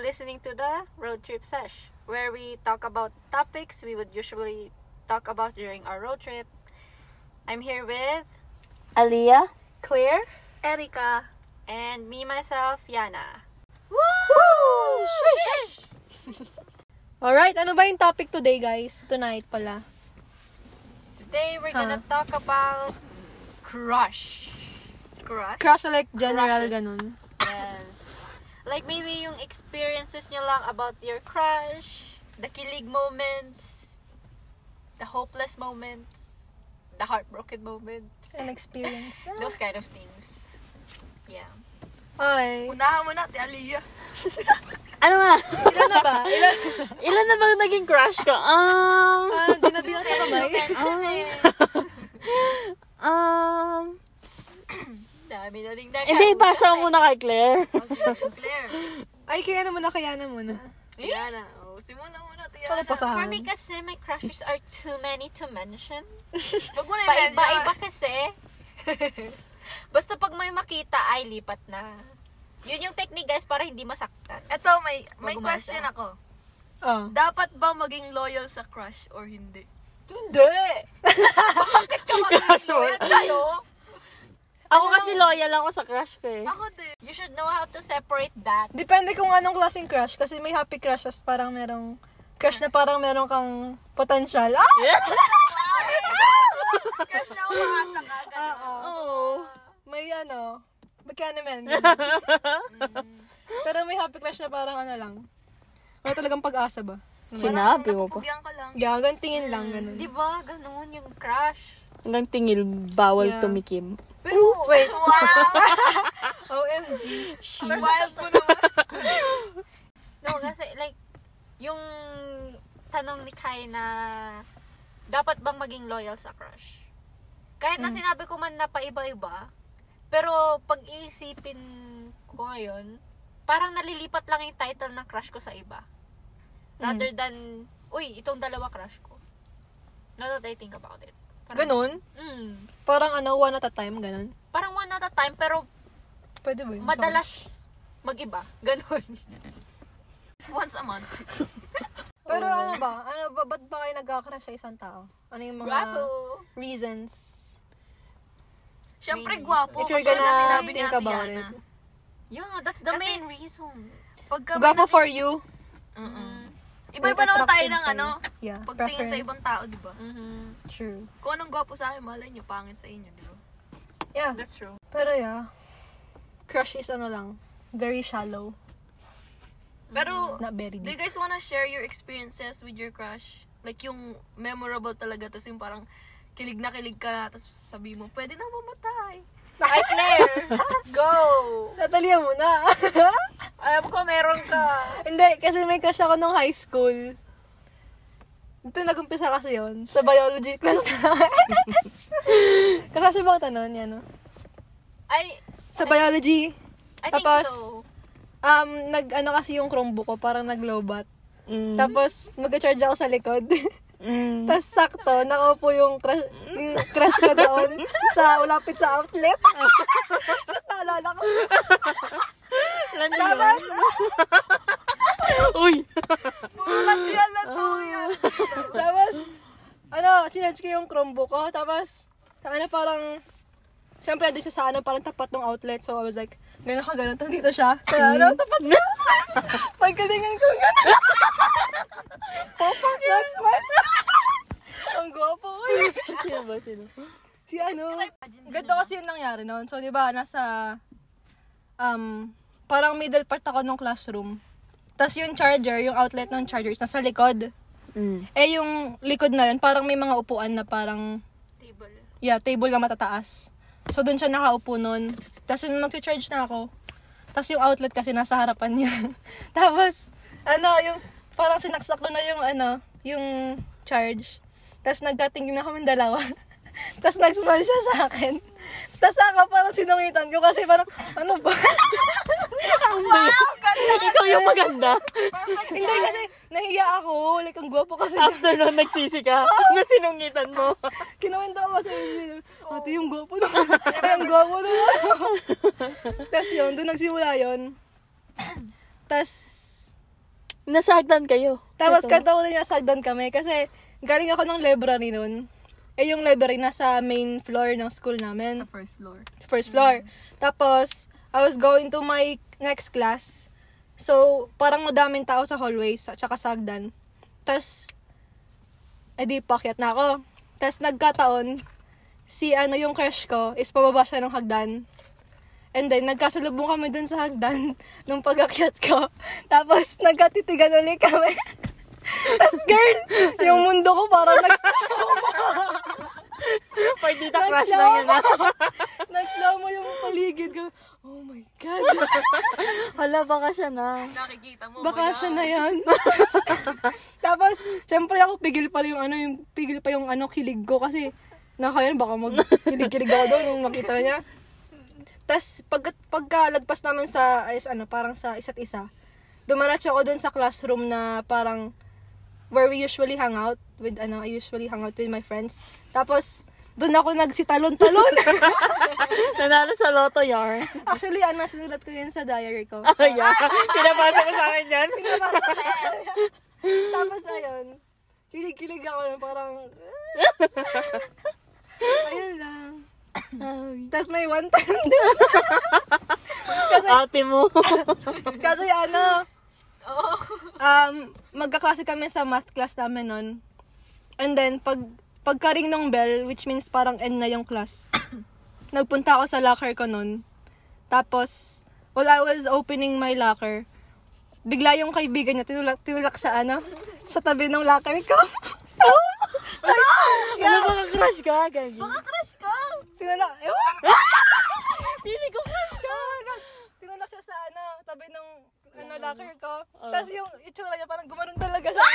listening to the Road Trip Sesh, where we talk about topics we would usually talk about during our road trip. I'm here with Aliyah? Claire, Erica, and me myself, Yana. Woo! Alright, ano ba yung topic today guys? Tonight pala. Today we're gonna talk about crush. Crush? Crush like general Crushes. ganun. Yes. Like maybe yung experiences nyo lang about your crush, the kilig moments, the hopeless moments, the heartbroken moments, An experience. those kind of things. Yeah. Ay. Unahan mo na, Ate Aliyah. Ano nga? Ilan na ba? Ilan? Ilan na bang naging crush ko? Um, Ah, di na bilang sa kamay. okay. um, Dami na ding nakan. hindi, basa mo muna kay Claire. Claire. Ay, kaya na muna, kaya na muna. Yana. Oh, simula muna, Ate Ano Yana. Eh? pa sa For me kasi, my crushes are too many to mention. Wag mo na i-mention. Paiba-iba kasi. Basta pag may makita, ay lipat na. Yun yung technique guys para hindi masaktan. Ito, Ah, may, may Wag mo question na. ako. Oh. Dapat ba maging loyal sa crush or hindi? Hindi! Bakit ka Crush mo. mag-loyal tayo? Ako kasi loyal ako sa crush ko eh. Ako din. You should know how to separate that. Depende kung anong klaseng crush. Kasi may happy crushes, parang merong crush na parang meron kang potential. Ah! Yeah. Crush na umaasa ka agad. Oo. Oo. Oh. May ano, magkano man. Pero may happy crush na parang ano lang. Wala talagang pag-asa ba? Sinabi mo pa. Pugyan ka lang. Gagan, tingin lang, ganun. Di ba? Ganun yung crush. Hanggang tingil, bawal Yeah. tumikim. Pero, Wait, Wow! OMG. Wild mo naman. No, kasi like, yung tanong ni Kai na dapat bang maging loyal sa crush? Kahit na sinabi ko man na paiba-iba, pero pag iisipin ko ngayon, parang nalilipat lang yung title ng crush ko sa iba. Rather than, uy, itong dalawa crush ko. Now that I think about it. Ganun? Mm, Parang ano, one at a time, ganun. parang one at a time, pero Pwede ba yun? madalas mag-iba. Ganun. Once a month. Pero ano ba? Ano ba? Ba't ba kayo nagkakrush sa isang tao? Ano yung mga Bravo! reasons? Siyempre, gwapo. If you're Pagka gonna sinabi ah. ni think Ate about Yana, it. Yeah, that's the Kasi- main reason. Pagka Gwapo for you. Mm, Mm-mm. like, Iba-iba naman tayo attractive ng kayo. ano, Yeah. pagtingin sa preference. ibang tao, di ba? Mm-hmm. True. Kung anong gwapo sa akin, malay nyo, pangit sa inyo, di ba? Yeah. That's true. Pero yeah. Crush is ano lang. Very shallow. Pero, Not very do deep. you guys wanna share your experiences with your crush? Like yung memorable talaga, tapos yung parang kilig na kilig ka, tapos sabi mo, pwede na mamatay. Hi, Claire! Go! Natalia muna. Alam ko, meron ka. Hindi, kasi may crush ako nung high school. Ito nag-umpisa kasi yon Sa biology class na. Kaklase ba ako nun? Yan, no? I, Sa biology, I think Tapos, so. um, nag, ano kasi yung Chromebook ko, parang naglobat. Mm. Tapos, mag-charge ako sa likod. Mm. Tapos, sakto, nakaupo yung crush, yung crush ko doon sa ulapit sa outlet. Naalala ko. Landi Tapos, Uy! bulat yan lang po yan. Tapos, ano, chinage ko yung Chromebook ko. Tapos, saka na parang, Siyempre, andun siya sa ano, parang tapat ng outlet. So, I was like, gano'n ka, gano'n. Tapos dito siya. Sa ano, tapat na. Pagkalingan ko, gano'n. That's smart. Ang gwapo, uy. Sino ba sino? Si ano? Ganito kasi yung nangyari noon. So, di ba, nasa, um, parang middle part ako ng classroom. Tapos yung charger, yung outlet ng charger is nasa likod. Mm. Eh, yung likod na yun, parang may mga upuan na parang, Table. yeah, table na matataas. So, doon siya nakaupo noon. Tapos yung mag-charge na ako. Tapos yung outlet kasi nasa harapan niya. Tapos, ano, yung, parang sinaksak ko na yung, ano, yung charge. Tapos nagkatingin na kami dalawa. Tapos nag-smile siya sa akin. Tapos ako parang sinungitan ko kasi parang, ano ba? Ikaw yung maganda. Hindi kasi, nahiya ako. Like, ang gwapo kasi. After nun, nagsisi ka. na sinungitan mo. Kinuwento ako sa inyo. Ate, yung gwapo na. Ay, ang gwapo na. Tapos yun, doon nagsimula yun. Tapos, Nasagdan kayo. Tapos kanta ko na nasagdan kami kasi galing ako ng library noon. Eh yung library nasa main floor ng school namin. Sa first floor. first floor. Tapos, I was going to my next class. So, parang madaming tao sa hallway, sa, tsaka sa hagdan. Tapos, edi pakyat na ako. Tapos, nagkataon, si ano yung crush ko is pababa siya ng hagdan. And then, nagkasalubong kami dun sa hagdan nung pagakyat ko. Tapos, nagkatitigan ulit kami. Tapos, girl, yung mundo ko parang nag- Pwede dita Next crush lang. na yun. ah. nag-slow mo yung paligid ko. Oh my God. Hala, baka siya na. Nakikita mo. Baka wala. siya na yan. Tapos, syempre ako, pigil pala yung ano, yung pigil pa yung ano, kilig ko kasi nakaya baka magkilig-kilig ako doon nung makita niya. Tapos, pag, pagkalagpas namin sa, is, ano, parang sa isa't isa, dumaratso ako doon sa classroom na parang where we usually hang out with, ano, I usually hang out with my friends. Tapos, doon ako nagsitalon-talon. Nanalo sa loto, yar. Actually, ano, sinulat ko yan sa diary ko. Ay, yar. Pinapasa mo sa akin yan. Tapos ayun, kilig-kilig ako na parang... ayun lang. Tapos may one time din. Ate mo. Kasi ano, um, magkaklase kami sa math class namin nun. And then, pag pagkaring ng bell, which means parang end na yung class, nagpunta ako sa locker ko nun. Tapos, while I was opening my locker, bigla yung kaibigan niya tinulak, tinulak sa ano, sa tabi ng locker ko. Ano baka crush ka? Gagi. crush ko! Tinulak, ewan! Pili ko crush ka. Oh my God! Tinulak siya sa ano, tabi ng ano, locker ko. Tapos yung itsura niya, parang gumanon talaga siya.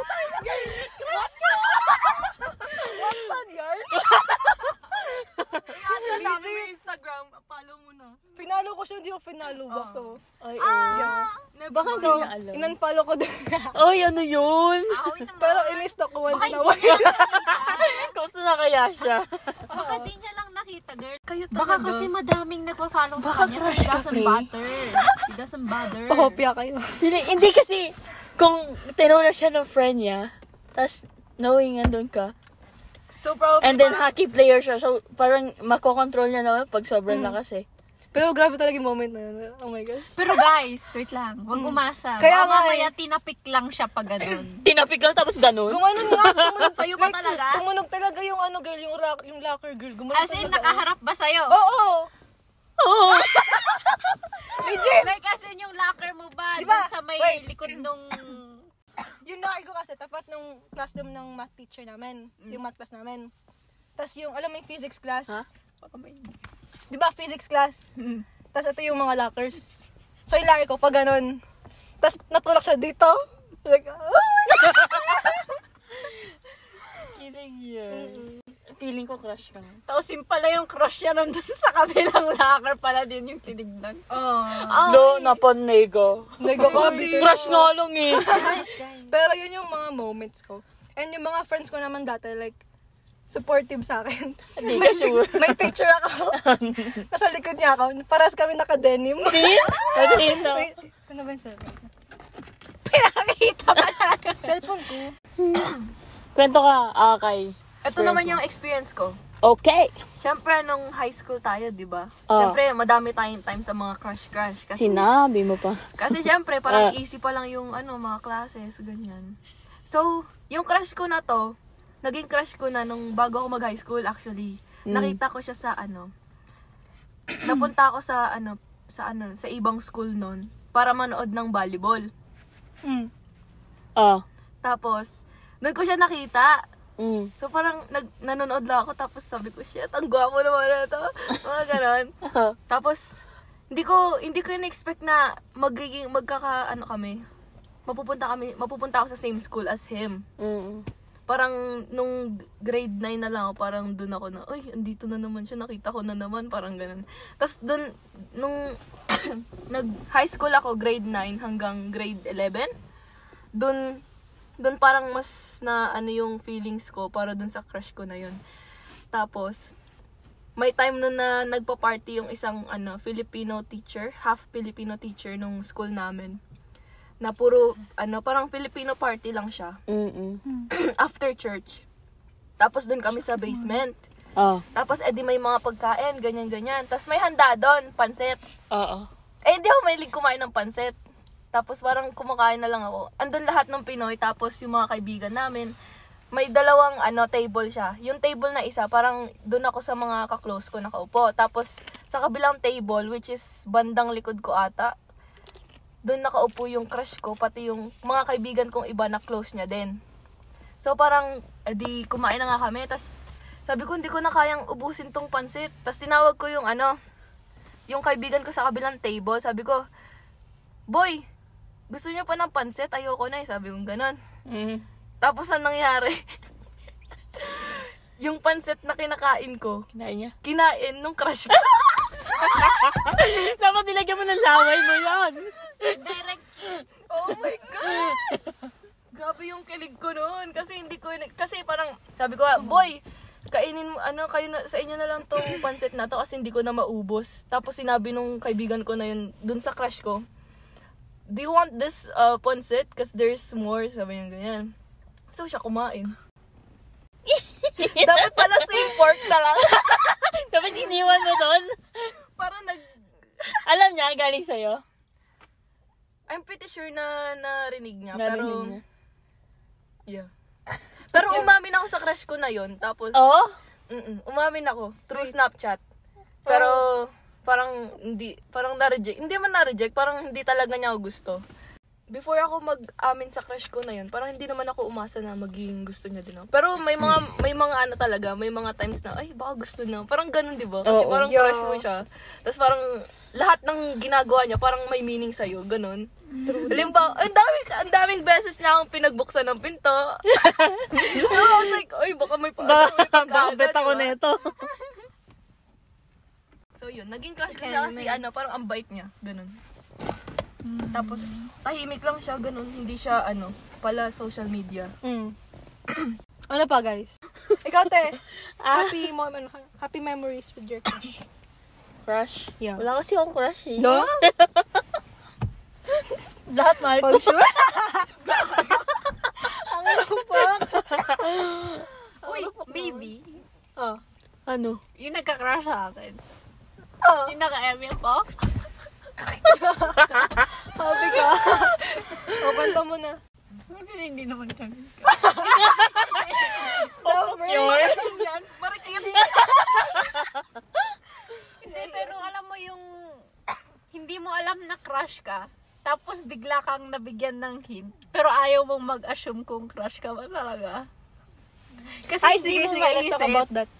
Crush ko! What fun yard? Ang dami mo yung Instagram. Follow mo na. Pinalo ko siya, hindi ko pinalo ba? So, Ay, oh. Baka hindi so niya alam. inunfollow ko din. Ay, ano yun? Awit naman. Pero inistok ko once in a while. Kamusta na kaya siya? Baka di niya lang nakita, girl. Kaya Baka kasi madaming nagpa-follow sa kanya. So, it doesn't bother. It doesn't bother. Pahopya kayo. Pili, hindi kasi, kung tinulak siya ng friend niya, tas knowing andun ka, So probably and then hockey player siya, so parang makokontrol niya naman pag sobrang lakas eh. Pero grabe talaga yung moment na yun. Oh my God. Pero guys, wait lang. Huwag umasa. Mm. Kaya Kaya nga mamaya eh. tinapik lang siya pag ganun. Tinapik lang tapos ganun. Gumanon nga, gumunog. Sa'yo ba talaga? Gumunog talaga yung ano girl, yung, rock, yung locker girl. Gumunog As in, nakaharap ba sa'yo? Oo! Oh, Oo. Legit! Like, as in, yung locker mo ba? Di ba? dun Sa may Wait. likod nung... yung locker ko kasi, tapat nung classroom ng math teacher namin. Mm. Yung math class namin. Tapos yung, alam mo yung physics class. Di ba, physics class? Mm. Tapos ito yung mga lockers. So yung locker ko, pa ganun. Tapos natulak siya dito. Like, "Ah!" Kilig yun. Feeling ko crush ka. Tapos yung pala yung crush niya nandun sa kabilang locker pala din yung tinignan. Oh. Oh, Lo, napanego. nagkakabit. Crush nga lang eh. guys, guys. Pero yun yung mga moments ko. And yung mga friends ko naman dati, like, supportive sa akin. Hindi ka sure. May picture ako. Nasa likod niya ako. Paras kami naka-denim. Tin? Tin na. Wait, saan na ba yung cellphone? Pinakakita pa Cellphone ko. Kwento ka, Akay. Ito naman yung experience ko. Okay. Siyempre, nung high school tayo, di ba? Ah. Siyempre, madami tayong time sa mga crush-crush. Kasi, Sinabi mo pa. kasi siyempre, parang Ah. easy pa lang yung ano, mga classes, ganyan. So, yung crush ko na to, naging crush ko na nung bago ako mag-high school, actually. Nakita ko siya sa ano, napunta ako sa ano, sa ano, sa ibang school noon para manood ng volleyball. Mm. Ah. Tapos, doon ko siya nakita. Mm. So parang nag, nanonood lang ako tapos sabi ko, shit, ang gwapo naman na to. Mga ganon. Ah. tapos, hindi ko, hindi ko in-expect na magiging, magkaka, ano kami, mapupunta kami, mapupunta ako sa same school as him. Mm. Parang nung grade 9 na lang ako, parang dun ako na, uy, andito na naman siya, nakita ko na naman, parang ganun. Tapos dun, nung nag-high school ako, grade 9 hanggang grade 11, dun, dun parang mas na ano yung feelings ko para dun sa crush ko na yun. Tapos, may time nun na nagpa-party yung isang ano, Filipino teacher, half Filipino teacher nung school namin. na puro, ano, parang Filipino party lang siya. Mm-mm. After church. Tapos dun kami sa basement. Oh. Tapos, edi may mga pagkain, ganyan-ganyan. Tapos may handa doon, pansit. Oo. Eh, hindi ako mahilig kumain ng pansit. Tapos parang kumakain na lang ako. Andun lahat ng Pinoy, tapos yung mga kaibigan namin. May dalawang ano table siya. Yung table na isa, parang doon ako sa mga kaklose ko nakaupo. Tapos sa kabilang table, which is bandang likod ko ata, doon nakaupo yung crush ko, pati yung mga kaibigan kong iba na close niya din. So parang, edi kumain na nga kami. Tapos sabi ko, hindi ko na kayang ubusin tong pansit. Tapos tinawag ko yung ano, yung kaibigan ko sa kabilang table, sabi ko, Boy, gusto niyo pa ng pansit? Ayoko na eh. Sabi ko ganun. Mm. Tapos anong nangyari? yung pansit na kinakain ko, Kinain niya. kinain nung crush ko. Dapat nilagyan mo ng laway mo yan. Direct oh my God! Grabe yung kilig ko noon. Kasi hindi ko, kasi parang, sabi ko, Boy, kainin mo, ano, kayo na, sa inyo na lang tong pansit na to kasi hindi ko na maubos. Tapos sinabi nung kaibigan ko na yun, dun sa crush ko, do you want this uh, pancit? Because there's more. Sabi niya ganyan. So, siya kumain. Dapat pala same pork na lang. Dapat iniwan mo doon. Parang nag... Alam niya, galing sa'yo. I'm pretty sure na narinig niya. Ah, pero, Narinig niya. yeah. Pero umamin ako sa crush ko na yon Tapos, Oo? mm umamin ako. Through Snapchat. Pero, parang hindi, parang na-reject. Hindi man na-reject, parang hindi talaga niya ako gusto. Before ako mag-amin sa crush ko na yun, parang hindi naman ako umasa na maging gusto niya din ako. Pero may mga, may mga ano talaga, may mga times na, ay, baka gusto na. Parang ganun, di ba? Kasi Oo. parang crush mo siya. Tapos parang lahat ng ginagawa niya, parang may meaning sa'yo. Ganun. Halimbawa, ang daming, ang daming beses niya akong pinagbuksan ng pinto. so, I was like, ay, baka may pa- Ba, may pagkasa, bakit di ako ba? diba? na ito? So yun, naging crush ko siya kasi ano, parang ang bait niya, ganun. Tapos tahimik lang siya, ganun, hindi siya ano, pala social media. Mm. ano pa, guys? Ikaw, te. Ah. Happy, moment, happy memories with your crush. Crush? Yeah. Wala kasi akong crush Ah, eh. No? Lahat mahal ko. Pag sure. Ang lupok. Uy, maybe. Oh. Ano? Yung nagka-crush sa akin. Oh. Yung naka-eme ko. Sabi ka. o, kanta mo na. Hindi naman kami. Lover. Yours? Yan, marikit. Hindi, pero alam mo yung hindi mo alam na crush ka, tapos bigla kang nabigyan ng hint, pero ayaw mong mag-assume kung crush ka ba talaga. Kasi Ay, hindi sige, mo sige. Let's talk maisip. about that.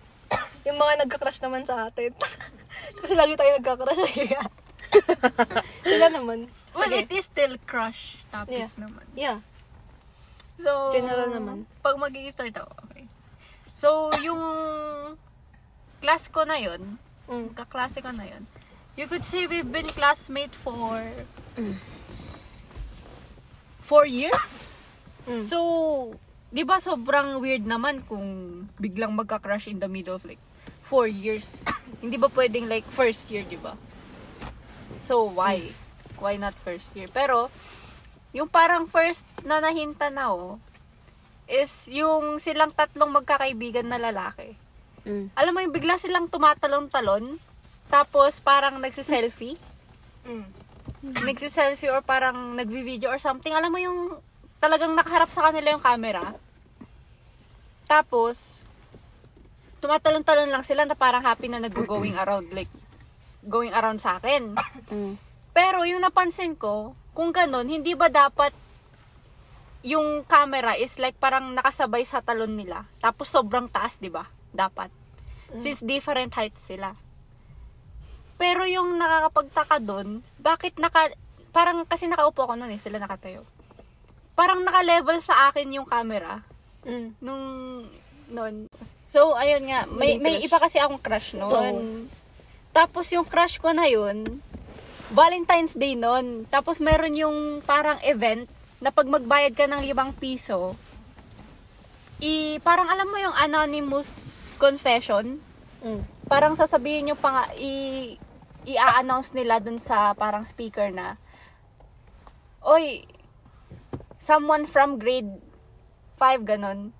Yung mga nagka-crush naman sa atin. Kasi lagi tayo nagka-crush. Kaya. Sila naman. Well, Sige. it is still crush topic Yeah. naman. Yeah. So, General naman. Pag mag start ako, okay. So, yung class ko na yun, Mm. kaklase ko na yun, you could say we've been classmate for four years? Mm. So, di ba sobrang weird naman kung biglang magka-crush in the middle of like four years? Hindi ba pwedeng like first year, di ba? So, why? Why not first year? Pero, yung parang first na nahinta na oh, is yung silang tatlong magkakaibigan na lalaki. Mm. Alam mo yung bigla silang tumatalon-talon, tapos parang nagsiselfie, Mm. nagsiselfie or parang nagvi-video or something. Alam mo yung talagang nakaharap sa kanila yung camera. Tapos, tumatalon-talon lang sila na parang happy na nag-going around, like, going around sa akin. Mm. Pero yung napansin ko, kung ganun, hindi ba dapat yung camera is like parang nakasabay sa talon nila. Tapos sobrang taas, di ba? Dapat. Since different heights sila. Pero yung nakakapagtaka doon, bakit naka... Parang kasi nakaupo ako noon eh, sila nakatayo. Parang naka-level sa akin yung camera Mm. nung noon. So, ayun nga. May, may iba kasi akong crush noon. Tapos yung crush ko na yun, Valentine's Day noon. Tapos meron yung parang event na pag magbayad ka ng limang piso, i parang alam mo yung anonymous confession? Mm. Parang sasabihin yung pang i i-announce nila dun sa parang speaker na Oy, someone from grade 5, ganun,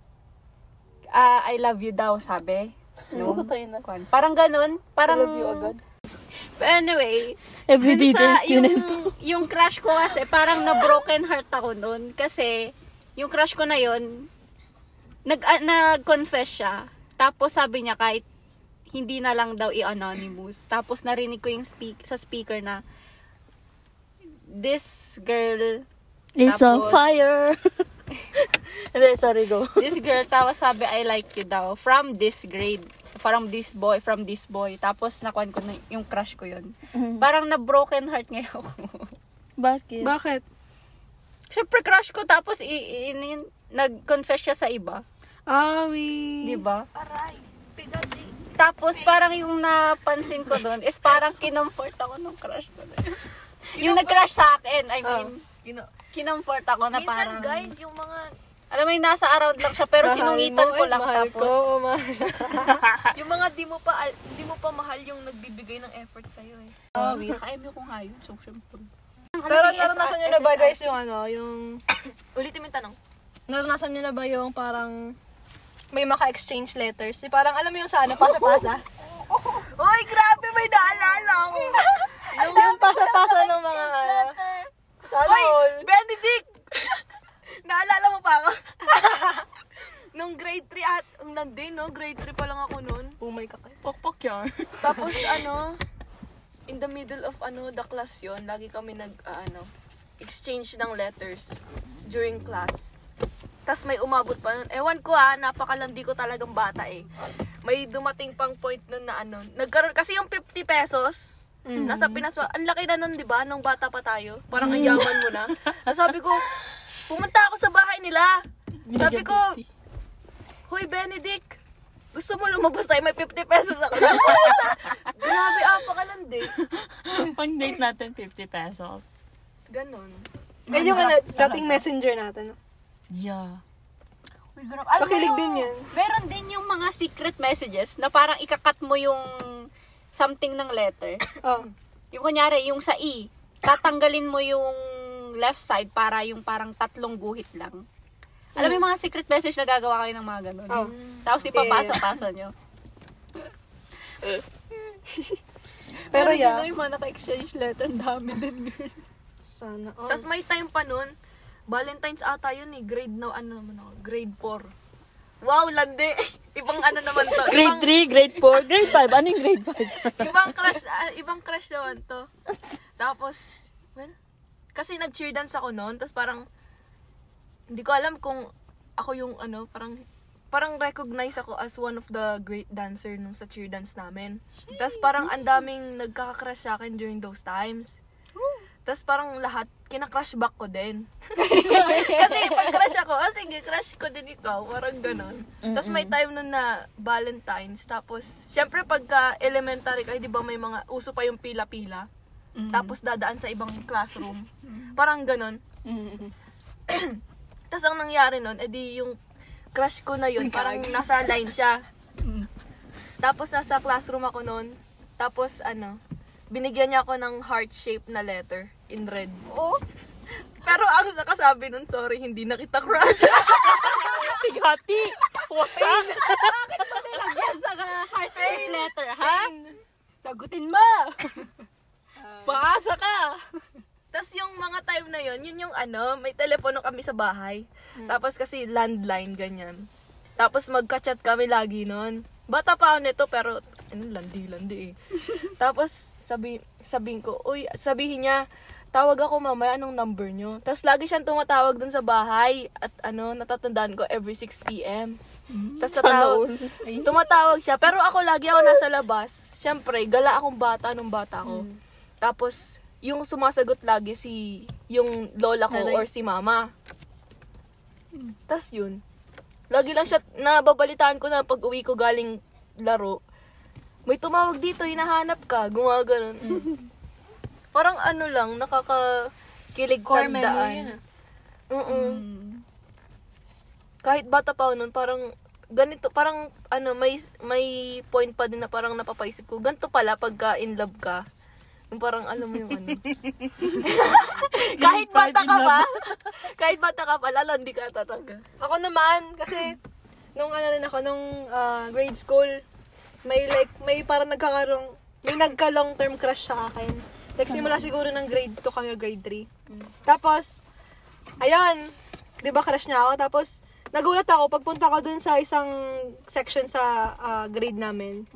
ah, I love you daw, sabi. No? na. Kwan. Parang ganun. Parang... Love you agad. Anyway, Every dun detail sa, yung, student. yung crush ko kasi, parang na-broken heart ako nun. Kasi, yung crush ko na yon nag, ah, nag-confess siya. Tapos sabi niya kahit hindi na lang daw i-anonymous. Tapos narinig ko yung speak, sa speaker na, this girl It's on Tapos- fire. Hindi, sorry, go. this girl tapos sabi I like you daw from this grade from this boy from this boy tapos nakuan ko na yung crush ko yun parang na broken heart ngayon ako Bakit? Bakit? syempre crush ko tapos i- i- in- in- nag-confess siya sa iba Awi. di ba eh. tapos parang yung napansin ko doon is parang kinomfort ako nung crush ko dun. yung nag-crush sa akin Oh. I mean Kino- kinomfort ako na Minsan parang guys, yung mga alam mo yung nasa around lang siya pero Mahal sinungitan mo, ko eh, lang mahal tapos Ko, oh, mahal. yung mga di mo pa al- di mo pa mahal yung nagbibigay ng effort sa iyo eh. Oh, Nakaimi ko nga yun, so syempre. ano Pero naranasan niyo na ba guys yung ano, yung... Ulitin mo yung tanong. Naranasan niyo na ba yung parang may maka-exchange letters. Eh, parang alam mo yung sa ano, pasa-pasa. Hoy, grabe may naalala ako. yung yung pasa-pasa ng mga ano. Sa ano, Hoy, all. Benedict. naalala mo pa ako. Nung grade 3 at ang landi no, grade 3 pa lang ako noon. Bumay ka kayo. Pokpok yun. Tapos ano, in the middle of ano the class yon, lagi kami nag ah, ano exchange ng letters during class. Tapos may umabot pa nun. Ewan ko ha, napakalandi ko talagang bata eh. May dumating pang point nun na ano, nagkaroon, kasi yung 50 pesos, nasa Pinas, ang laki na nun, di ba, nung bata pa tayo. Parang ang yaman mo na. Sabi ko, pumunta ako sa bahay nila. Sabi ko, Hoy, Benedict! Gusto mo lumabas tayo, may 50 pesos ako. Grabe, ah, apa ka lang din. pang date natin, 50 pesos. Ganon. Eh, yung ano, dating messenger natin. no? Yeah. Pakilig din yan. Meron din yung mga secret messages na parang ikakat mo yung something ng letter. Oh. Yung kunyari, yung sa E, tatanggalin mo yung left side para yung parang tatlong guhit lang. Alam mo yung mga secret message na gagawa kayo ng mga ganun. Oh. Tapos ipapasa-pasa nyo. Pero Meron din yeah. na yung mga naka-exchange letter, ang dami din. girl. Sana all. Tapos may time pa nun, Valentine's ata yun eh, grade na, ano naman ako, grade 4. Wow, landi! Ibang ano naman to. Grade ibang, 3, grade 4, grade 5. Ano yung grade 5? Ibang crush, ah, ibang crush naman to. Tapos, well, kasi nag-cheer dance ako noon, tapos parang, hindi ko alam kung ako yung ano, parang, parang recognize ako as one of the great dancer nung sa cheer dance namin. Tapos parang ang daming nagkakakrush sa akin during those times. Tapos parang lahat, kinakrush back ko din. kasi pag crush ako, oh sige, crush ko din ito. Parang ganon. Tapos may time nun na Valentine's. Tapos, syempre pagka elementary kayo, di ba may mga, uso pa yung pila-pila. Tapos dadaan sa ibang classroom. Parang ganon. Tapos ang nangyari nun, edi yung crush ko na yun, parang nasa line siya. Tapos nasa classroom ako nun. Tapos ano, binigyan niya ako ng heart shape na letter in red. Oh. Pero ang nakasabi nun, sorry, hindi na kita crush. Tigati! Wasak! Nilagyan sa heart shape letter, ha? Sagutin mo! Pakasa ka! Tapos yung mga time na yun, yun yung ano, may telepono kami sa bahay. Tapos kasi landline, ganyan. Tapos magka-chat kami lagi nun. Bata pa ako nito, pero ano, landi, landi eh. Tapos sabi, sabihin ko, uy, sabihin niya, tawag ako mamaya, anong number nyo? Tapos lagi siyang tumatawag dun sa bahay at ano, natatandaan ko every 6pm. Tapos tatawag, tumatawag siya. Pero ako lagi ako nasa labas. Siyempre, gala akong bata nung bata ko. Tapos, yung sumasagot lagi si yung lola ko Nanay. Hmm. or si mama. Tapos yun. Lagi lang siya, nababalitaan ko na pag uwi ko galing laro. May tumawag dito, hinahanap ka. Gumaganon. Parang ano lang, nakakakilig Core memory yun tandaan. ah. Hmm. Oo. Kahit bata pa ako nun, parang ganito, parang ano, may may point pa din na parang napapaisip ko, ganito pala pagka in love ka. Yung parang alam mo yung ano. kahit bata ka pa, kahit bata ka pa, lalo hindi ka tataga. Ako naman, kasi nung ano rin ako, nung ah, grade school, may like, may parang nagkakarong, may nagka long term crush sa akin. Nagsimula siguro ng grade 2 kami o grade 3. Tapos, ayun, di ba crush niya ako? Tapos, nagulat ako, pagpunta ko dun sa isang section sa ah, grade namin.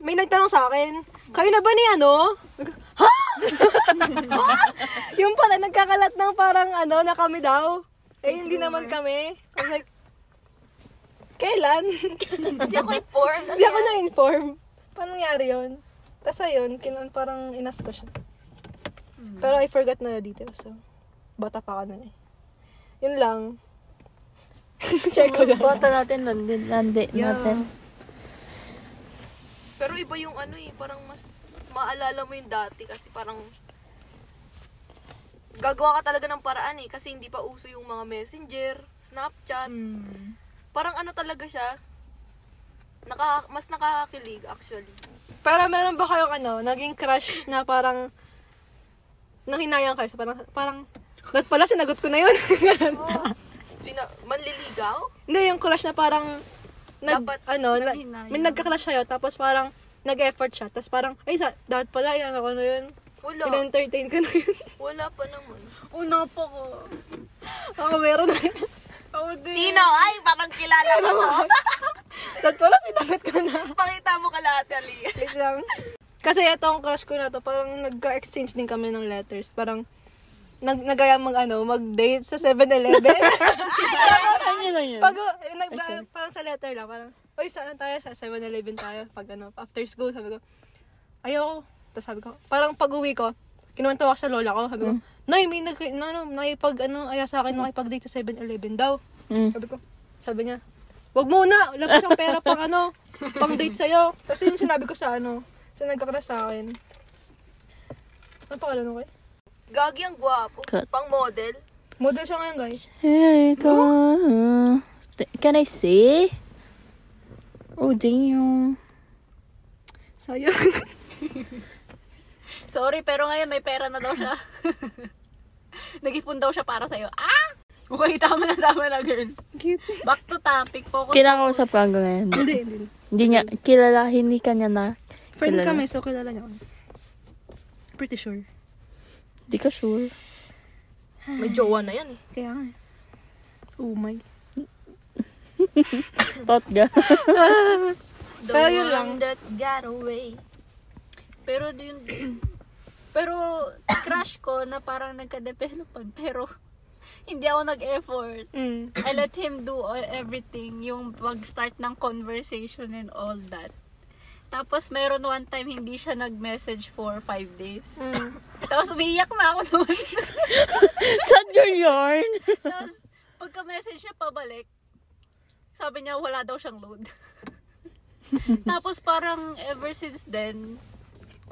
May nagtanong sa akin, kayo na ba ni ano? Nag- Ha? Ha? Yung pala, nagkakalat ng parang ano, na kami daw. Eh, hindi naman kami. I was like, kailan? Hindi ako informed. Hindi ako na-inform. Paano nangyari yun? Tapos ayun, kinon parang inas ko siya. Pero I forgot na yung details. So, bata pa ako nun eh. Yun lang. Share ko lang. Bata natin, nandi, nandi natin. Pero iba yung ano eh, parang mas maalala mo yung dati kasi parang gagawa ka talaga ng paraan eh kasi hindi pa uso yung mga messenger, Snapchat. Hmm. Parang ano talaga siya, naka, mas nakakakilig actually. Pero meron ba kayong ano, naging crush na parang nang hinayang kayo? So, parang, parang, not pala, sinagot ko na yun. Sina, manliligaw? Hindi, yung crush na parang nag, Dapat ano, na, nanghinayang. may nagka-crush sa'yo, tapos parang nag-effort siya, tapos parang, ay, sa, dapat pala, yan ako na yun. Wala. Ina-entertain ko na yun. Wala pa naman. Una po ko. Ako meron na yun. Oh, di. Sino? Ay, parang kilala mo to. Dapat pala, sinagot ko na. Pakita mo ka lahat, Ali. Wait lang. Kasi itong crush ko na to, parang nagka-exchange din kami ng letters. Parang, nag nagaya mag ano, mag-date sa 7-Eleven. Ano yun lang yun? Pag, eh, nag, parang sa letter lang, parang, Uy, saan tayo? Sa 7-Eleven tayo. Pag ano, after school, sabi ko, ayoko. Tapos sabi ko, parang pag uwi ko, kinuwento ako sa lola ko, sabi ko, Nay, may nag, no, no, nakipag, ano, aya sa akin, makipag-date sa 7-Eleven daw. Mm. Sabi ko, sabi niya, wag muna, wala pa siyang pera pang ano, pang date sa'yo. Kasi yung sinabi ko sa ano, sa nagkakrush sa akin. Ano pa alam ko eh? Gagi ang gwapo. Cut. Pang model. Model siya ngayon, guys. Here you go. Can I see? Oh, damn. Sayang. Sorry, pero ngayon may pera na daw siya. Nag-ipon daw siya para sa'yo. Ah! Okay, tama na, tama na, girl. Cute. Back to topic. Focus. Kinakausap ka hanggang ngayon. hindi, hindi. Hindi niya, kilala, hindi ka niya na. Friend Kilala. kami, so kilala niya kami. Pretty sure. Hindi ka sure. May jowa na yan eh. Kaya nga eh. Oh my. Thought ka. The Pero yun lang. that got away. Pero do yun, pero crush ko na parang nagka-developan. Pero hindi ako nag-effort. Mm. I let him do all, everything. Yung pag-start ng conversation and all that. Tapos, meron one time, hindi siya nag-message for five days. Mm. Tapos, umiiyak na ako noon. Sad your yarn. Tapos, pagka-message niya pabalik, sabi niya wala daw siyang load. Tapos parang ever since then,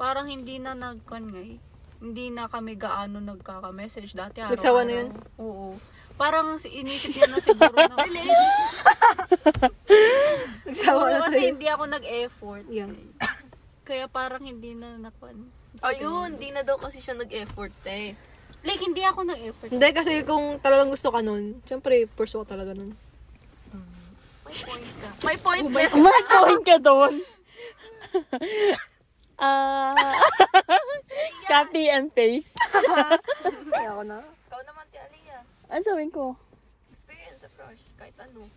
parang hindi na nagkongay. Hindi na kami gaano nagkaka-message dati. araw-araw. Nagsawa na yun? Oo. Parang si- inisip niya na siguro na. Nagsawa Siguro na kasi sa'yo. hindi ako nag-effort. eh. Yeah. Kaya parang hindi na nakon. Ayun, di na daw kasi siya nag-effort eh. Like, hindi ako nag-effort. Hindi, kasi kung talagang gusto ka nun, syempre, pursue ka talaga nun. May point ka. May pointless. May point ka doon. Ah. copy and paste. Kaya ako na. Ikaw naman, Tia Aliyah. Ano sabihin ko? Experience sa crush. Kahit ano.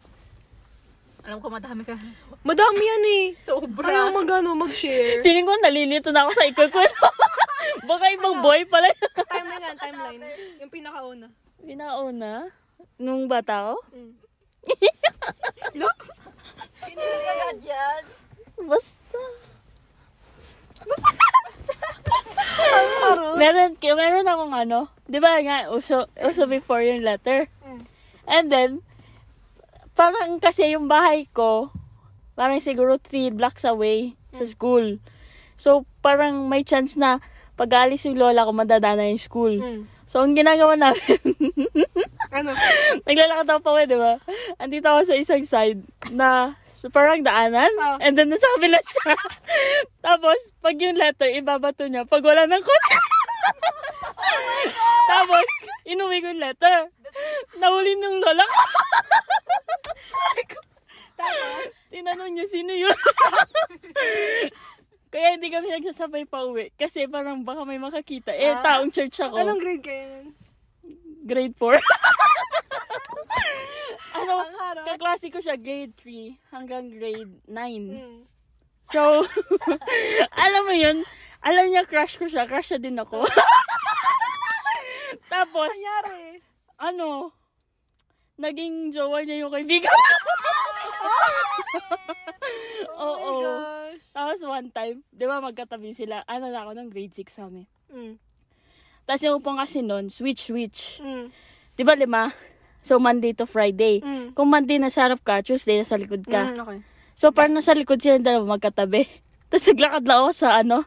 Alam ko madami ka. Madami yan eh. Sobra. Ayaw mag ano, mag-share. Feeling ko nalilito na ako sa ikot ko. Baka ibang boy pala. timeline yan, timeline. Yung pinakauna. Pinauna, nung bata ko, Mm. Agad yan. basta. Taro. Meron, k- meron akong ano, di ba nga, uso, uso before yung letter. And then, parang kasi yung bahay ko, parang siguro three blocks away sa school. So, parang may chance na pag alis yung lola ko, madadana yung school. Mm. So, ang ginagawa namin, Ano? naglalakad ako pa di ba? Andito ako sa isang side. na sa parang daanan. Oh. And then, nasa kabila siya. Tapos, pag yung letter, ibabato niya. Pag wala ng kotse. Oh Tapos, inuwi ko yung letter. Nahuli ng lola ko. Tapos, Tinanong niya, sino yun? Kaya hindi kami nagsasabay pa uwi. Kasi parang baka may makakita. Eh, Ah. taong church ako. anong grade kayo nun? Grade 4. ano, Ang harap. kaklase ko siya grade 3 hanggang grade 9. Mm. So, alam mo yun, alam niya crush ko siya, crush siya din ako. Tapos, Nangyari. ano, naging jowa niya yung kaibigan. Oo. Oh my gosh. Tapos one time, di ba magkatabi sila, ano na ako ng grade 6 kami. Mm. Tapos yung upang kasi nun, switch-switch. Mm. Di ba lima? So, Monday to Friday. Mm. Kung Monday nasa harap ka, Tuesday nasa likod ka. Mm, okay. So, parang nasa likod sila dalawa magkatabi. Tapos naglakad lang ako sa ano,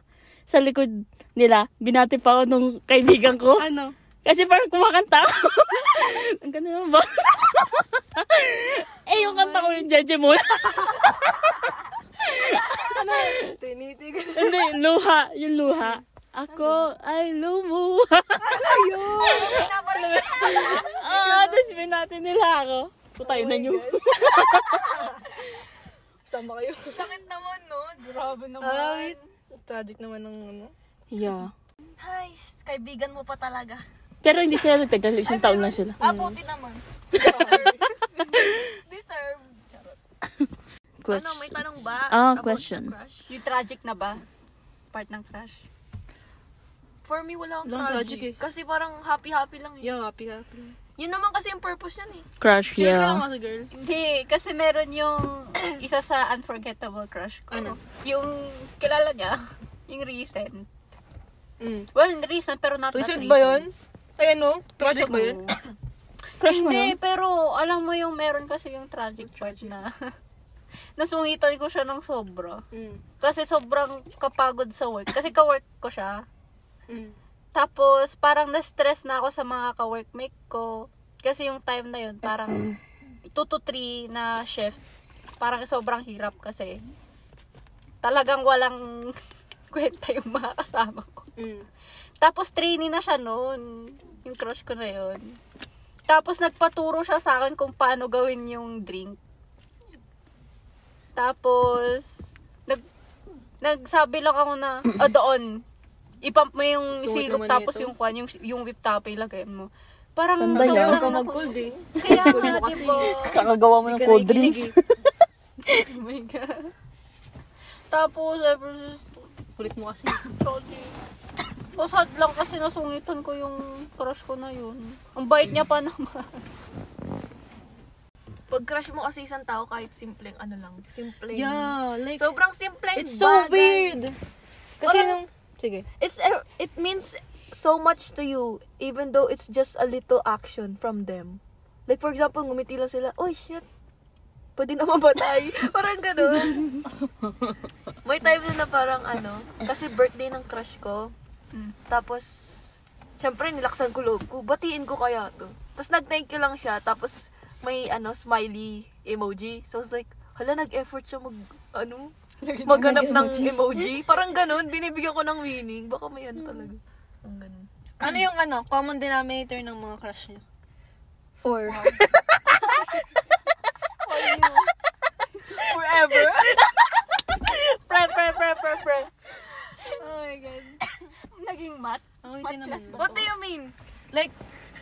sa likod nila. Binati pa ako nung kaibigan ko. Ano? Kasi parang kumakanta ako. Ang ganda naman ba? eh, yung kanta ko yung Jejemon. Ano? Tinitigan. Hindi, luha. Yung luha. Ako ay lumuha. Oo, tapos binati nila ako. Putay na niyo. Sama kayo. Sakit naman, no? Grabe naman. Ah, wait. Tragic naman ng ano. Yeah. Hi, kaibigan mo pa talaga. Pero hindi sila nagtagal. Isang taon na sila. Ah, buti naman. Deserve. Charot. Question. Ano, may tanong ba? Ah, about question. sa crush? Yung tragic na ba? Part ng crush. For me, wala akong Walang tragic. tragic eh. Kasi parang happy-happy lang. eh. Yo, happy ka. Yun naman kasi yung purpose yan eh. Crush, Cheers ka lang yeah. kasi girl. Hindi, kasi meron yung isa sa unforgettable crush ko. Ano? Yung kilala niya, yung recent. Mm. Well, recent pero not that Recent ba yun? Ay ano? Tragic ba yun? Crush mo Hindi, na? pero alam mo yung meron kasi yung tragic part na nasungitan ko siya ng sobra. Mm. Kasi sobrang kapagod sa work. Kasi ka-work ko siya. Mm. Tapos, parang na-stress na ako sa mga ka-workmate ko. Kasi yung time na yun, parang 2 to 3 na shift. Parang sobrang hirap kasi. Talagang walang kwenta yung mga kasama ko. Mm. Tapos, trainee na siya noon. Yung crush ko na yun. Tapos, nagpaturo siya sa akin kung paano gawin yung drink. Tapos, nag, nagsabi lang ako na, o doon, ipump mo yung Suot syrup naman tapos nito. yung kwan, yung, yung whip tapa ilagay mo. Parang Tanda Kasi huwag Kaya sobrang ka ako- mag-cold eh. Kaya nga, Cold mo kasi. diba? Kakagawa Oh, mo Hindi ng ka cold nakikinig drinks. eh. oh my God. Tapos, ever Kulit mo kasi. Sorry. O Oh, sad lang kasi nasungitan ko yung crush ko na yun. Ang bait niya pa naman. Pag crush mo kasi isang tao kahit simpleng ano lang. Simpleng. Yeah, like, Sobrang simpleng it's so bagay. weird. Kasi nung, Parang- sige. It's er- it means so much to you even though it's just a little action from them. Like for example, ngumiti lang sila, "Oy, shit. Pwede na mabatay." parang ganun. May time na na parang ano, kasi birthday ng crush ko. Mm. Tapos syempre nilaksan ko loob ko, batiin ko kaya to. Tapos nag-thank you lang siya, tapos may ano, smiley emoji. So I was like, hala, nag-effort siya mag, ano, maghanap ng emoji. Parang ganun, binibigyan ko ng meaning. Baka may yan talaga. Ang ganun. Ano yung ano, common denominator ng mga crush niyo? Four. Forever. Pre, pre, pre, pre, pre. Oh my God. Naging mat. Ang wait naman. What do you mean? Like,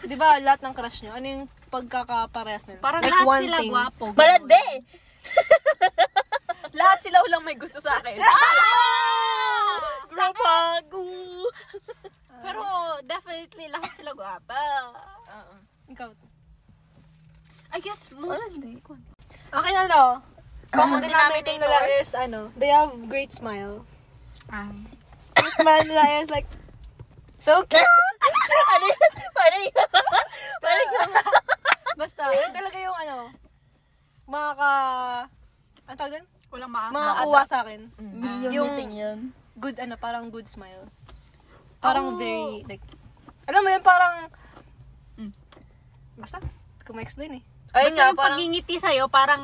di ba lahat ng crush niyo, ano yung pagkakaparehas nila? Parang like, lahat one sila thing. gwapo. Malandi! Lahat sila lang may gusto sa akin. Grabago! Pero definitely lahat sila gwapo. Ikaw. I guess most. Akin ano, common Common denominator nila denominator? is ano, they have great smile. Ah. Yung smile nila is like, so cute! Ano yun? Ano yun? Parang yung Basta, yun talaga yung ano, makaka, ano tawag doon? Walang maa. Makakuha sa akin. Ah, yung Yung- meeting yun. Good, ano, parang good smile. Parang very, like, alam mo yun, parang, Mm. basta, kung ma-explain eh. Ayun Basta nga, yung parang pagingiti sa'yo, parang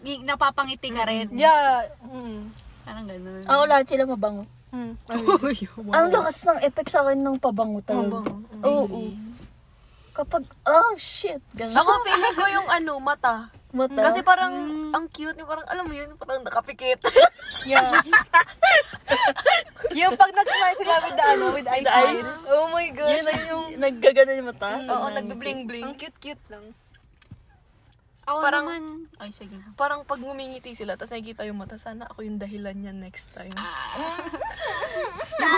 gi- napapangiti ka rin. Yeah. Mm. Parang ganun. Ako lahat sila mabango. Mm. Ang lakas ng effect sa akin ng pabango talaga. Oo. Kapag, oh shit, ganun. Ako, feeling ko yung ano, mata. Mata. Kasi parang, ang cute niya, parang, alam mo yun, parang nakapikit. Yeah. yung pag nag-smile sila with the, ano, with ice, ice. smile. Oh my gosh. yun yung naggagana yung mata. Oo, Ang nagbibling-bling. cute-cute lang. Ako parang- naman, ay sige. Parang pag ngumingiti sila, tapos nakikita yung mata, sana ako yung dahilan niya next time. Yung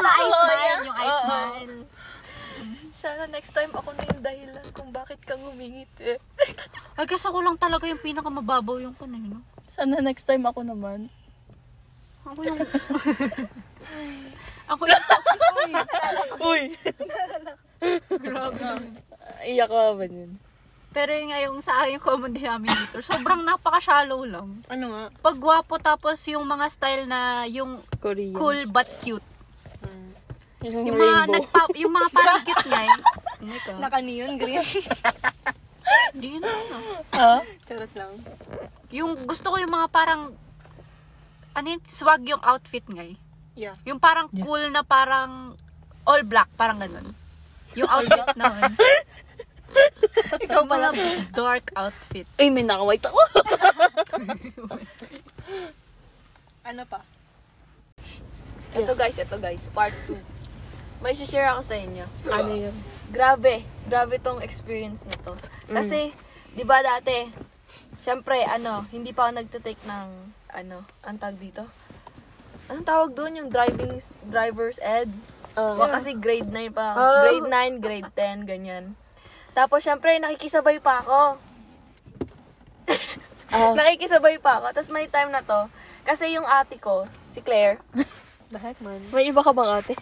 ice man, yung ice man. Sana next time ako na yung dahilan kung bakit ka ngumingiti. Ay, guess ako lang talaga yung pinakamababaw yung kanino. Sana next time ako naman. Ako yung... ako yung... Uy, Uy! Iyak ka ba yun? Pero yun nga yung sa akin yung common denominator. Sobrang napaka-shallow lang. Ano nga? Pag gwapo tapos yung mga style na yung Korean. cool but cute. Yung, Yung mga, rainbow. nagpa, yung mga parang cute niya eh. Ano ito? Ah. Naka-neon green. Hindi yun ano. Ha? Ah? Charot lang. Yung gusto ko yung mga parang ano yun, swag yung outfit ngay. Yeah. Yung parang cool na parang all black, parang ganun. Yung outfit noon. Ikaw pala dark outfit. Ay, may nakawait ako. Ano pa? Ito guys, ito guys, part 2. May share ako sa inyo. ano yun? Grabe, grabe tong experience na to. Kasi, di ba dati, syempre, ano, hindi pa ako nagtitake ng, ano, ang tawag dito? Anong tawag doon yung driving, driver's ed? Ah. Wa- kasi grade 9 pa. ako. Grade 9, grade 10, ganyan. Tapos, syempre, nakikisabay pa ako. Ah. Nakikisabay pa ako. Tapos, may time na to. Kasi yung ate ko, si Claire, The heck, man? May iba ka bang ate?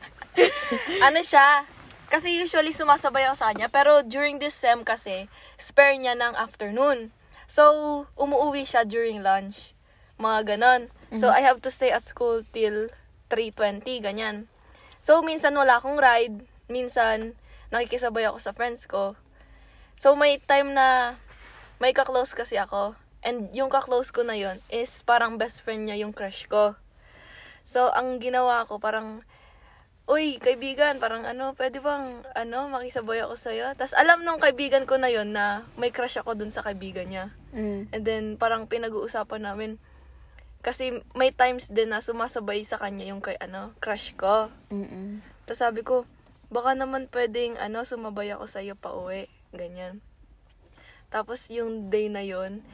ano siya, kasi usually sumasabay ako sa kanya, pero during this sem kasi, spare niya ng afternoon. So, umuwi siya during lunch. Mga ganon. So, I have to stay at school till 3.20, ganyan. So, minsan wala akong ride. Minsan, nakikisabay ako sa friends ko. So, may time na may kaklose kasi ako. And yung kaklose ko na yon is parang best friend niya yung crush ko. So, ang ginawa ko, parang Uy, kaibigan, parang ano, pwede bang, ano, makisabay ako sa'yo? Tapos alam nung kaibigan ko na yon na may crush ako dun sa kaibigan niya. Mm. And then, parang pinag-uusapan namin. Kasi may times din na sumasabay sa kanya yung kay, ano, crush ko. Mm-mm. Tapos sabi ko, baka naman pwedeng, ano, sumabay ako sa'yo pa uwi. Ganyan. Tapos yung day na yon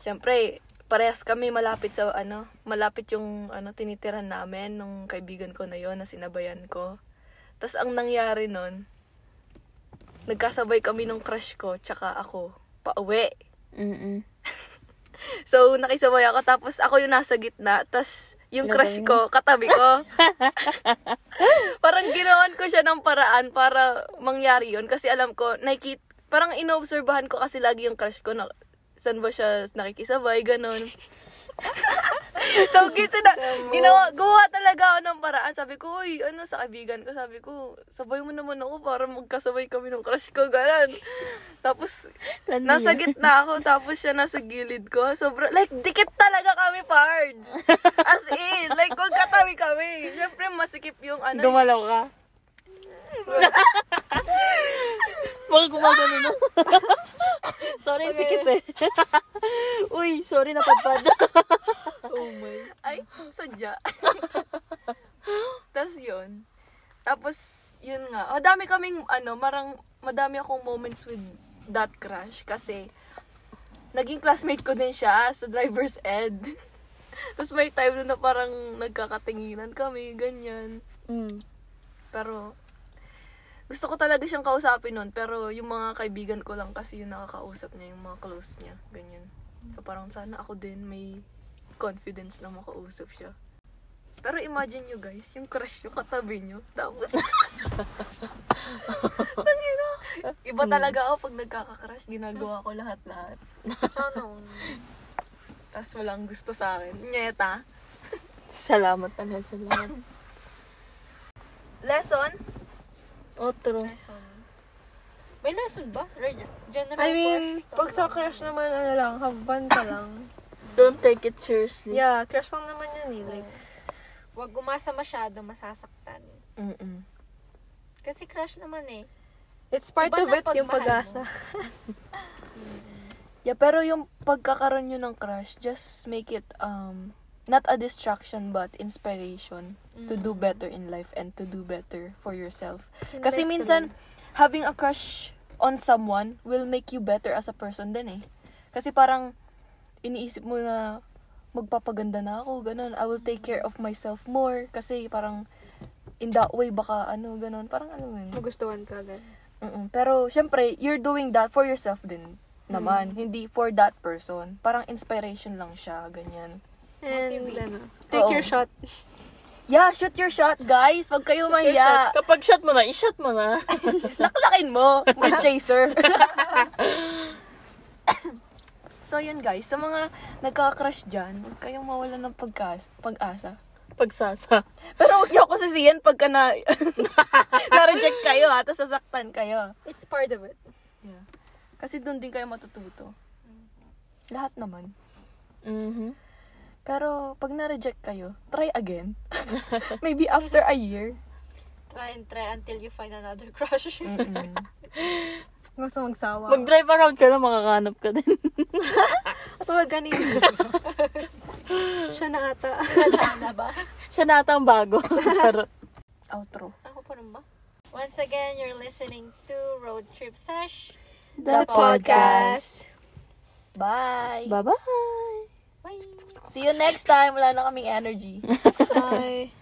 syempre, parehas kami malapit sa, ano, malapit yung, ano, tinitiran namin nung kaibigan ko na yon na sinabayan ko. Tapos ang nangyari nun, nagkasabay kami nung crush ko, tsaka ako, pa uwi. Mm-mm. So, nakisabay ako. Tapos, ako yung nasa gitna. Tapos, yung Grabe crush yun. ko, katabi ko. parang ginawan ko siya ng paraan para mangyari yun. Kasi alam ko, nakikit, parang inoobserbahan ko kasi lagi yung crush ko na saan ba siya nakikisabay, ganun. so, gito na, ginawa, gawa talaga ako ng paraan. Sabi ko, uy, ano, sa kaibigan ko, sabi ko, sabay mo naman ako para magkasabay kami ng crush ko, ganun. Tapos, Landi Nasa yun. gitna ako, tapos siya nasa gilid ko. Sobra, like, dikit talaga kami, Pards. As in, like, huwag katawi kami. Siyempre, masikip yung ano. Gumalaw ka. Baka gumagano na. sorry, sikip eh. Uy, sorry, napadpad. Oh Ay, sadya. tapos yun. Tapos, yun nga. Madami kaming, ano, marang, madami akong moments with that crush. Kasi, naging classmate ko din siya sa driver's ed. tapos may time na parang nagkakatinginan kami, ganyan. mm. Pero, gusto ko talaga siyang kausapin nun. Pero, yung mga kaibigan ko lang kasi yung nakakausap niya, yung mga close niya. Ganyan. So, parang sana ako din may confidence na makausap siya. Pero imagine nyo guys, yung crush nyo katabi nyo. Tapos, Tangina. Iba talaga ako pag nagkakakrush. Ginagawa ko lahat-lahat. Ano? Tapos walang gusto sa akin. Nyeta. Salamat, Anhan, salamat. Lesson? Otro. Lesson. May lesson ba? Re- General I mean, crush? pag sa crush naman, ano lang, have fun ka lang. Don't take it seriously. Yeah, crush lang naman yan eh. Like, Huwag umasa masyado, masasaktan. Mm-mm. Kasi crush naman eh. it's part Iba of ng it yung pagmahal pag-asa. Yeah, pero yung pagkakaroon nyo ng crush, just make it um not a distraction but inspiration to do better in life and to do better for yourself. Kasi minsan having a crush on someone will make you better as a person din eh. Kasi parang iniisip mo na magpapaganda na ako, ganun. I will take care of myself more kasi parang in that way baka ano, ganun. Parang ano mo yun. Magustuhan ka agad. Mm-mm. Pero, syempre, you're doing that for yourself din naman. Hindi for that person. Parang inspiration lang siya, ganyan. And, ano, take Oo. your shot. Yeah, shoot your shot, guys! Huwag kayo mahiya! Kapag shot mo na, i-shot mo na. Laklakin mo! With chaser! so, yun guys. Sa mga nagka-crush dyan, huwag kayong mawala ng pagkas- pag-asa. Pagsasa. Pero huwag niyo ako sisiyan pagka na, na-reject kayo ha, tapos sasaktan kayo. It's part of it. Kasi doon din kayo matututo. Lahat naman. Mhm. Pero pag na-reject kayo, try again. Maybe after a year. Try and try until you find another crush. Gusto magsawa. Mag-drive around ka na, makakahanap ka din. Katulad kanina. Siya na ata. Tanda ba? Siya na ata ang bago. Charot. Outro. Ako pa rin ba? Once again, you're listening to Road Trip Sesh. The podcast. Bye! Bye-bye! Bye! See you next time. Wala na kaming energy. Bye.